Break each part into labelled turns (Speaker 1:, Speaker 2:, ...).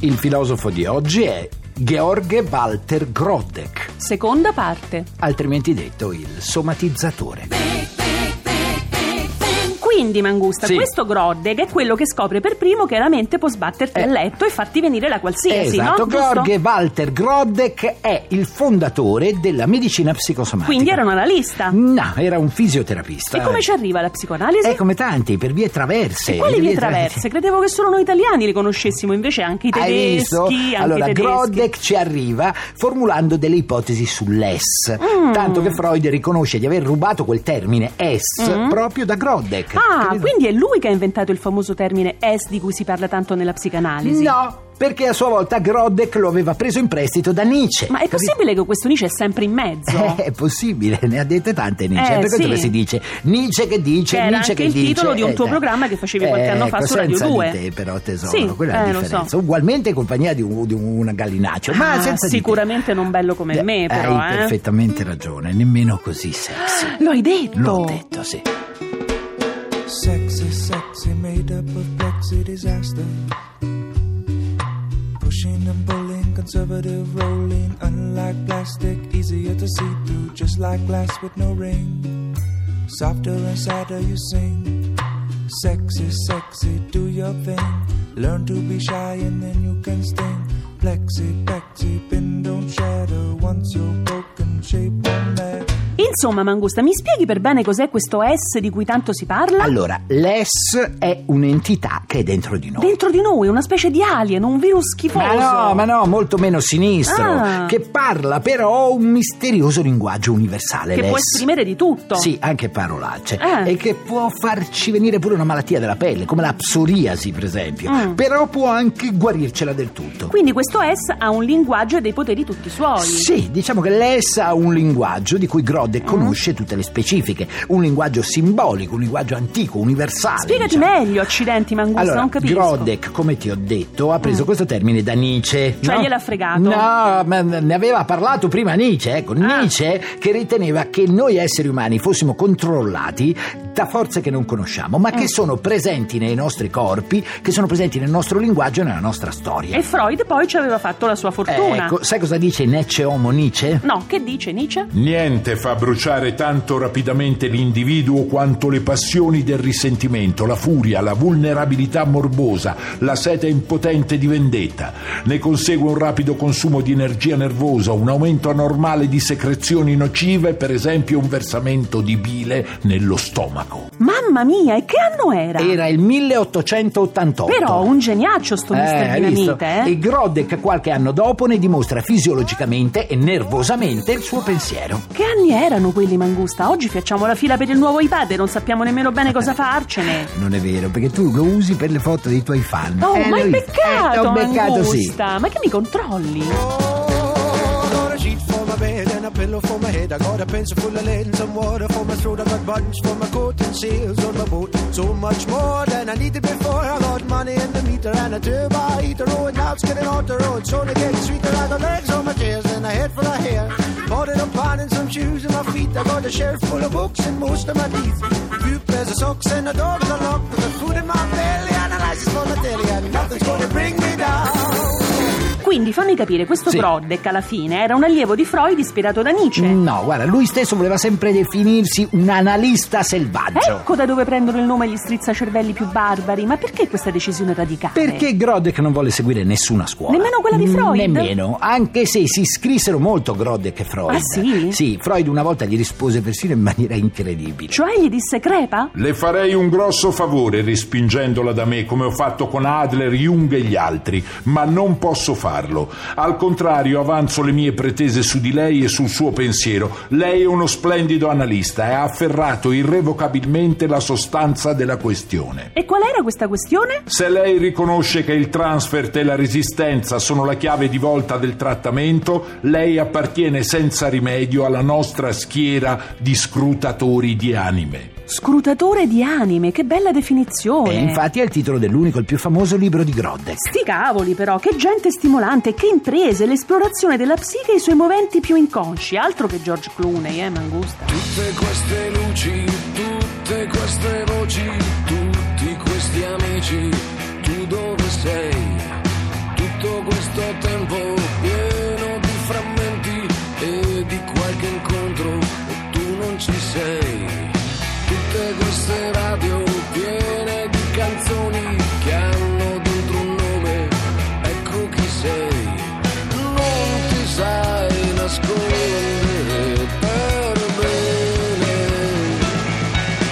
Speaker 1: Il filosofo di oggi è George Walter Grodek,
Speaker 2: Seconda parte.
Speaker 1: altrimenti detto il somatizzatore.
Speaker 2: Quindi, Mangusta,
Speaker 1: Sì.
Speaker 2: questo Groddeg è quello che scopre per primo che la mente può sbatterti
Speaker 1: Eh.
Speaker 2: a letto e farti venire la qualsiasi,
Speaker 1: esatto,
Speaker 2: no? Giusto?
Speaker 1: George Walter Grodek è il fondatore della medicina psicosomatica.
Speaker 2: Quindi era un analista.
Speaker 1: No, era un fisioterapista.
Speaker 2: E come ci arriva la psicoanalisi?
Speaker 1: È come tanti, per vie traverse.
Speaker 2: E quali
Speaker 1: le
Speaker 2: vie traverse? Credevo che solo noi italiani li conoscessimo, invece anche i
Speaker 1: Hai visto?
Speaker 2: tedeschi, anche
Speaker 1: allora,
Speaker 2: i tedeschi.
Speaker 1: Grodek ci arriva formulando delle ipotesi sull'ess,
Speaker 2: Mm.
Speaker 1: tanto che Freud riconosce di aver rubato quel termine S
Speaker 2: Mm.
Speaker 1: proprio da Grodek.
Speaker 2: Ah,
Speaker 1: Credo-
Speaker 2: quindi è lui che ha inventato il famoso termine S di cui si parla tanto nella psicanalisi.
Speaker 1: No, perché a sua volta Grodek lo aveva preso in prestito da Nietzsche.
Speaker 2: Ma è
Speaker 1: Capito?
Speaker 2: possibile che questo Nietzsche è sempre in mezzo?
Speaker 1: Eh, è possibile, ne ha dette tante Nietzsche,
Speaker 2: Eh,
Speaker 1: per questo
Speaker 2: sì.
Speaker 1: che si dice Nietzsche che dice,
Speaker 2: Che era
Speaker 1: Nietzsche
Speaker 2: anche
Speaker 1: che
Speaker 2: il
Speaker 1: dice.
Speaker 2: titolo di un
Speaker 1: Eh,
Speaker 2: tuo
Speaker 1: dai.
Speaker 2: programma che facevi qualche anno fa
Speaker 1: ecco,
Speaker 2: su Radio
Speaker 1: senza
Speaker 2: 2.
Speaker 1: Di te, però tesoro,
Speaker 2: Sì,
Speaker 1: quella è
Speaker 2: eh,
Speaker 1: la
Speaker 2: lo
Speaker 1: differenza.
Speaker 2: so.
Speaker 1: Ugualmente in compagnia di un, di un gallinaccio, ma
Speaker 2: Ah,
Speaker 1: senza di te.
Speaker 2: sicuramente non bello come
Speaker 1: Eh,
Speaker 2: me, però,
Speaker 1: Hai
Speaker 2: eh.
Speaker 1: perfettamente ragione, nemmeno così sexy.
Speaker 2: Lo hai detto!
Speaker 1: L'ho detto, sì.
Speaker 3: Sexy, sexy, made up of plexi disaster. Pushing and pulling, conservative rolling. Unlike plastic, easier to see through, just like glass with no ring. Softer and sadder, you sing. Sexy, sexy, do your thing. Learn to be shy and then you can sting. Plexi, plexi, pin don't shatter. Once you're broken, shape won't matter.
Speaker 2: Insomma, Mangusta, mi spieghi per bene cos'è questo S di cui tanto si parla?
Speaker 1: Allora, l'ess è un'entità che è dentro di noi.
Speaker 2: Dentro di noi, una specie di alien, un virus schifoso.
Speaker 1: Ma no, ma no, molto meno sinistro,
Speaker 2: Ah.
Speaker 1: che parla però un misterioso linguaggio universale.
Speaker 2: Che può
Speaker 1: l'ess.
Speaker 2: esprimere di tutto.
Speaker 1: Sì, anche parolacce.
Speaker 2: Eh.
Speaker 1: E che può farci venire pure una malattia della pelle, come la psoriasi, per esempio.
Speaker 2: Mm.
Speaker 1: Però può anche guarircela del tutto.
Speaker 2: Quindi questo S ha un linguaggio e dei poteri tutti suoi.
Speaker 1: Sì, diciamo che l'ES ha un linguaggio di cui Grodde
Speaker 2: Mm.
Speaker 1: conosce tutte le specifiche, un linguaggio simbolico, un linguaggio antico, universale.
Speaker 2: Spiegati
Speaker 1: diciamo.
Speaker 2: meglio, accidenti, Mangusta,
Speaker 1: Allora,
Speaker 2: non capisco. Mm.
Speaker 1: Grodek, come ti ho detto, ha preso questo termine da Nietzsche.
Speaker 2: Cioè
Speaker 1: no?
Speaker 2: gliel'ha fregato. Ah.
Speaker 1: No, ma ne aveva parlato prima Nietzsche, ecco, Nietzsche che riteneva che noi esseri umani fossimo controllati da forze che non conosciamo, ma
Speaker 2: Eh.
Speaker 1: che sono presenti nei nostri corpi, che sono presenti nel nostro linguaggio e nella nostra storia.
Speaker 2: E Freud poi ci aveva fatto la sua fortuna.
Speaker 1: Ecco, sai cosa dice Necce Homo Nietzsche?
Speaker 2: No, che dice Nietzsche?
Speaker 4: Niente fa bruciare tanto rapidamente l'individuo quanto le passioni del risentimento, la furia, la vulnerabilità morbosa, la sete impotente di vendetta. Ne consegue un rapido consumo di energia nervosa, un aumento anormale di secrezioni nocive, per esempio un versamento di bile nello stomaco.
Speaker 2: Mamma mia, e che anno era?
Speaker 1: Era il 1888.
Speaker 2: Però un geniaccio sto
Speaker 1: Eh,
Speaker 2: mister
Speaker 1: hai visto?
Speaker 2: Dinamite, eh.
Speaker 1: E Grodek qualche anno dopo ne dimostra fisiologicamente e nervosamente il suo pensiero.
Speaker 2: Che anni erano quelli, Mangusta? Oggi facciamo la fila per il nuovo iPad e non sappiamo nemmeno bene cosa farcene.
Speaker 1: Non è vero, perché tu lo usi per le foto dei tuoi fan.
Speaker 2: Oh,
Speaker 1: Eh,
Speaker 2: ma
Speaker 1: l'ho
Speaker 2: è
Speaker 1: visto. Eh,
Speaker 2: peccato,
Speaker 1: t'ho beccato, sì.
Speaker 2: Mangusta! Ma che mi controlli?
Speaker 5: Oh, got a sheet for my bed and a pillow for my head. I got a pencil full of lead and some water for my throat. I got buttons for my coat and sails on my boat. So much more than I needed before. I got money in the meter and a two by heater. Oh, and now it's getting on the road. So they get sweeter. I got legs on my chairs and a head full of hair. Bought it a pan and some shoes and my feet. I got a shelf full of books and most of my teeth. Few pairs of socks and a dog's a lock. Got food in my belly and a license for my telly. And nothing's gonna bring me down.
Speaker 2: Quindi fammi capire, questo
Speaker 1: Sì.
Speaker 2: Broddek alla fine era un allievo di Freud ispirato da Nietzsche.
Speaker 1: No, guarda, lui stesso voleva sempre definirsi un analista selvaggio.
Speaker 2: Ecco da dove prendono il nome gli strizzacervelli più barbari. Ma perché questa decisione radicale?
Speaker 1: Perché Grodek non volle seguire nessuna scuola.
Speaker 2: Nemmeno quella di Freud?
Speaker 1: Nemmeno, anche se si iscrissero molto Grodek e Freud.
Speaker 2: Ah, sì?
Speaker 1: Sì, Freud una volta gli rispose persino in maniera incredibile.
Speaker 2: Cioè gli disse crepa?
Speaker 4: Le farei un grosso favore respingendola da me come ho fatto con Adler, Jung e gli altri, ma non posso farlo. farlo. Al contrario, avanzo le mie pretese su di lei e sul suo pensiero. Lei è uno splendido analista e ha afferrato irrevocabilmente la sostanza della questione.
Speaker 2: E qual era questa questione?
Speaker 4: Se lei riconosce che il transfert e la resistenza sono la chiave di volta del trattamento, lei appartiene senza rimedio alla nostra schiera di scrutatori di anime.
Speaker 2: Scrutatore di anime, che bella definizione.
Speaker 1: E infatti è il titolo dell'unico e il più famoso libro di Grodde.
Speaker 2: Sti cavoli però, che gente stimolante, che imprese, l'esplorazione della psiche e i suoi moventi più inconsci, altro che George Clooney, eh, Mangusta.
Speaker 6: Tutte queste luci, tutte queste voci, tutti questi amici, tu dove sei? Tutto questo tempo pieno di frammenti e di qualche incontro e tu non ci sei. Tutte queste radio piene di canzoni che hanno dentro un nome, ecco chi sei. Non ti sai nascondere per bene.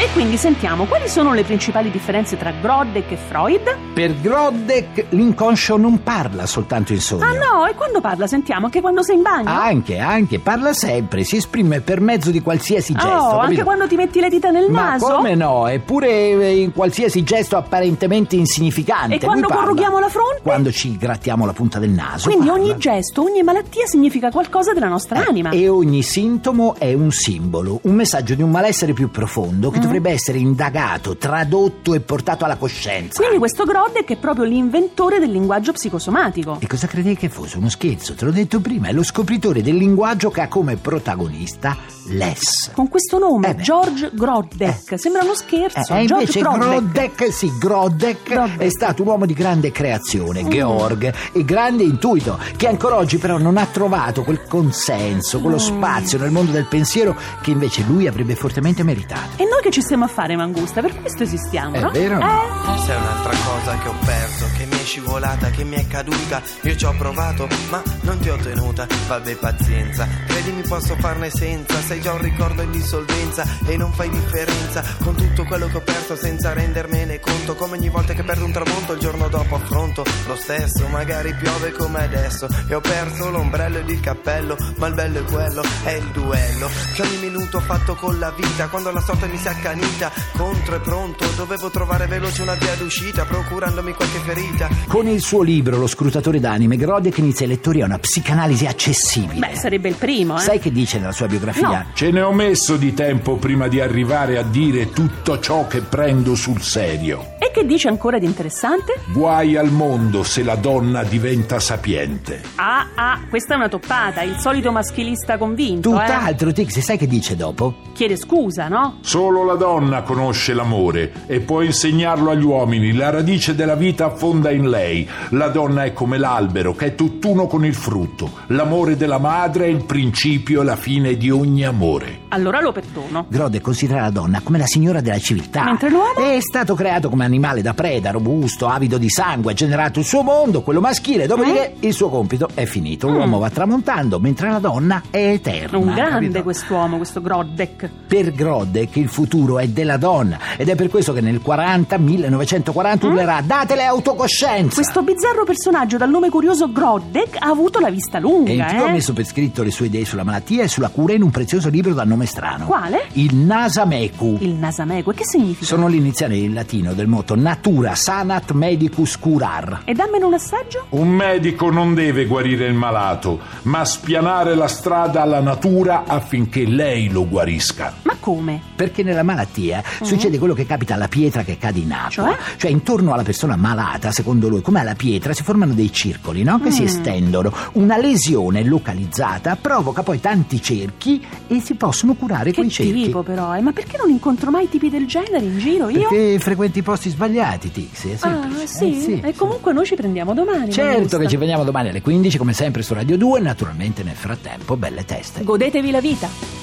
Speaker 2: E quindi sentiamo quali sono le principali differenze tra Groddeck e Freud?
Speaker 1: Per Grodde l'inconscio non parla soltanto in sogno.
Speaker 2: Ah no, e quando parla sentiamo anche quando sei in bagno.
Speaker 1: Anche, anche, parla sempre, si esprime per mezzo di qualsiasi gesto.
Speaker 2: oh, anche
Speaker 1: capito?
Speaker 2: quando ti metti le dita nel
Speaker 1: Ma
Speaker 2: naso.
Speaker 1: come no? Eppure eh, in qualsiasi gesto apparentemente insignificante.
Speaker 2: E quando
Speaker 1: Lui parla.
Speaker 2: corrughiamo la fronte?
Speaker 1: Quando ci grattiamo la punta del naso.
Speaker 2: Quindi
Speaker 1: parla. Eh,
Speaker 2: ogni gesto, ogni malattia significa qualcosa della nostra anima.
Speaker 1: E ogni sintomo è un simbolo, un messaggio di un malessere più profondo
Speaker 2: Mm.
Speaker 1: che dovrebbe essere indagato, tradotto e portato alla coscienza.
Speaker 2: Quindi questo Groddeck è proprio l'inventore del linguaggio psicosomatico.
Speaker 1: E cosa credevi che fosse? Uno scherzo, te l'ho detto prima, è lo scopritore del linguaggio che ha come protagonista l'ess.
Speaker 2: Con questo nome,
Speaker 1: Eh beh.
Speaker 2: George Groddeck. Sembra uno scherzo.
Speaker 1: Eh, eh,
Speaker 2: George
Speaker 1: invece
Speaker 2: Groddeck.
Speaker 1: Grodek, sì, Grodek
Speaker 2: Grodek. Mm.
Speaker 1: è stato un uomo di grande creazione, Georg, e grande intuito, che ancora oggi però non ha trovato quel consenso,
Speaker 2: Mm.
Speaker 1: quello spazio nel mondo del pensiero che invece lui avrebbe fortemente meritato.
Speaker 2: E noi che ci stiamo a fare, Mangusta? Per questo esistiamo,
Speaker 1: È
Speaker 2: no?
Speaker 1: vero?
Speaker 2: Eh?
Speaker 7: C'è un'altra cosa che ho perso, che mi è scivolata, che mi è caduta. Io ci ho provato, ma non ti ho tenuta. Vabbè, pazienza, credimi posso farne senza. Sei già un ricordo in dissolvenza e non fai differenza con tutto quello che ho perso senza rendermene conto. Come ogni volta che perdo un tramonto, il giorno dopo affronto lo stesso. Magari piove come adesso e ho perso l'ombrello ed il cappello. Ma il bello è quello, è il duello che ogni minuto ho fatto con la vita. Quando la sorte mi si è accanita, contro e pronto, dovevo trovare veloce una via d'uscita, procurandomi qualche ferita.
Speaker 1: Con il suo libro Lo scrutatore d'anime, Grodek inizia i lettori a una psicanalisi accessibile.
Speaker 2: Beh, sarebbe il primo, eh?
Speaker 1: Sai che dice nella sua biografia?
Speaker 2: No.
Speaker 4: Ce ne ho messo di tempo prima di arrivare a dire tutto ciò che prendo sul serio.
Speaker 2: E che dice ancora di interessante?
Speaker 4: Guai al mondo se la donna diventa sapiente.
Speaker 2: Ah, ah, questa è una toppata, il solito maschilista convinto, eh?
Speaker 1: Tutt'altro, Tix, sai che dice dopo?
Speaker 2: Chiede scusa, no?
Speaker 4: Solo la donna conosce l'amore e può insegnarlo agli uomini. La radice della vita affonda in lei. La donna è come l'albero che è tutt'uno con il frutto. L'amore della madre è il principio e la fine di ogni amore.
Speaker 2: Allora lo perdono.
Speaker 1: Grode considera la donna come la signora della civiltà.
Speaker 2: Mentre l'uomo?
Speaker 1: È stato creato come animale da preda, robusto, avido di sangue, ha generato il suo mondo, quello maschile, dopodiché
Speaker 2: Eh?
Speaker 1: il suo compito è finito. L'uomo va tramontando, mentre la donna è eterna.
Speaker 2: Mm. Un grande
Speaker 1: capito?
Speaker 2: quest'uomo, questo Groddeck.
Speaker 1: Per Grode che il futuro è della donna ed è per questo che nel 40, 1940 urlerà datele autocoscienza.
Speaker 2: Questo bizzarro personaggio dal nome curioso Groddeck ha avuto la vista lunga,
Speaker 1: E il tipo
Speaker 2: eh?
Speaker 1: ha messo per scritto le sue idee sulla malattia e sulla cura in un prezioso libro dal nome strano.
Speaker 2: Quale?
Speaker 1: Il Nasameku.
Speaker 2: Il Nasameque, che significa?
Speaker 1: Sono l'iniziale in latino del motto Natura sanat medicus curar.
Speaker 2: E dammene un assaggio?
Speaker 4: Un medico non deve guarire il malato, ma spianare la strada alla natura affinché lei lo guarisca.
Speaker 2: Ma come?
Speaker 1: Perché nella malattia succede quello che capita alla pietra che cade in acqua.
Speaker 2: Mhm. Cioè?
Speaker 1: intorno alla persona malata, secondo lui, come alla pietra, si formano dei circoli no? che si
Speaker 2: Mm.
Speaker 1: estendono. Una lesione localizzata provoca poi tanti cerchi e si possono curare
Speaker 2: Che
Speaker 1: quei cerchi.
Speaker 2: tipo però, eh? Ma perché non incontro mai tipi del genere in giro io?
Speaker 1: Perché frequenti i posti sbagliati, Tix. È semplice.
Speaker 2: ah, sì?
Speaker 1: Eh, sì,
Speaker 2: e
Speaker 1: sì.
Speaker 2: comunque noi ci prendiamo domani.
Speaker 1: Certo
Speaker 2: Mangusta.
Speaker 1: che ci vediamo domani alle 15, come sempre su Radio 2. Naturalmente, nel frattempo, belle teste.
Speaker 2: Godetevi la vita.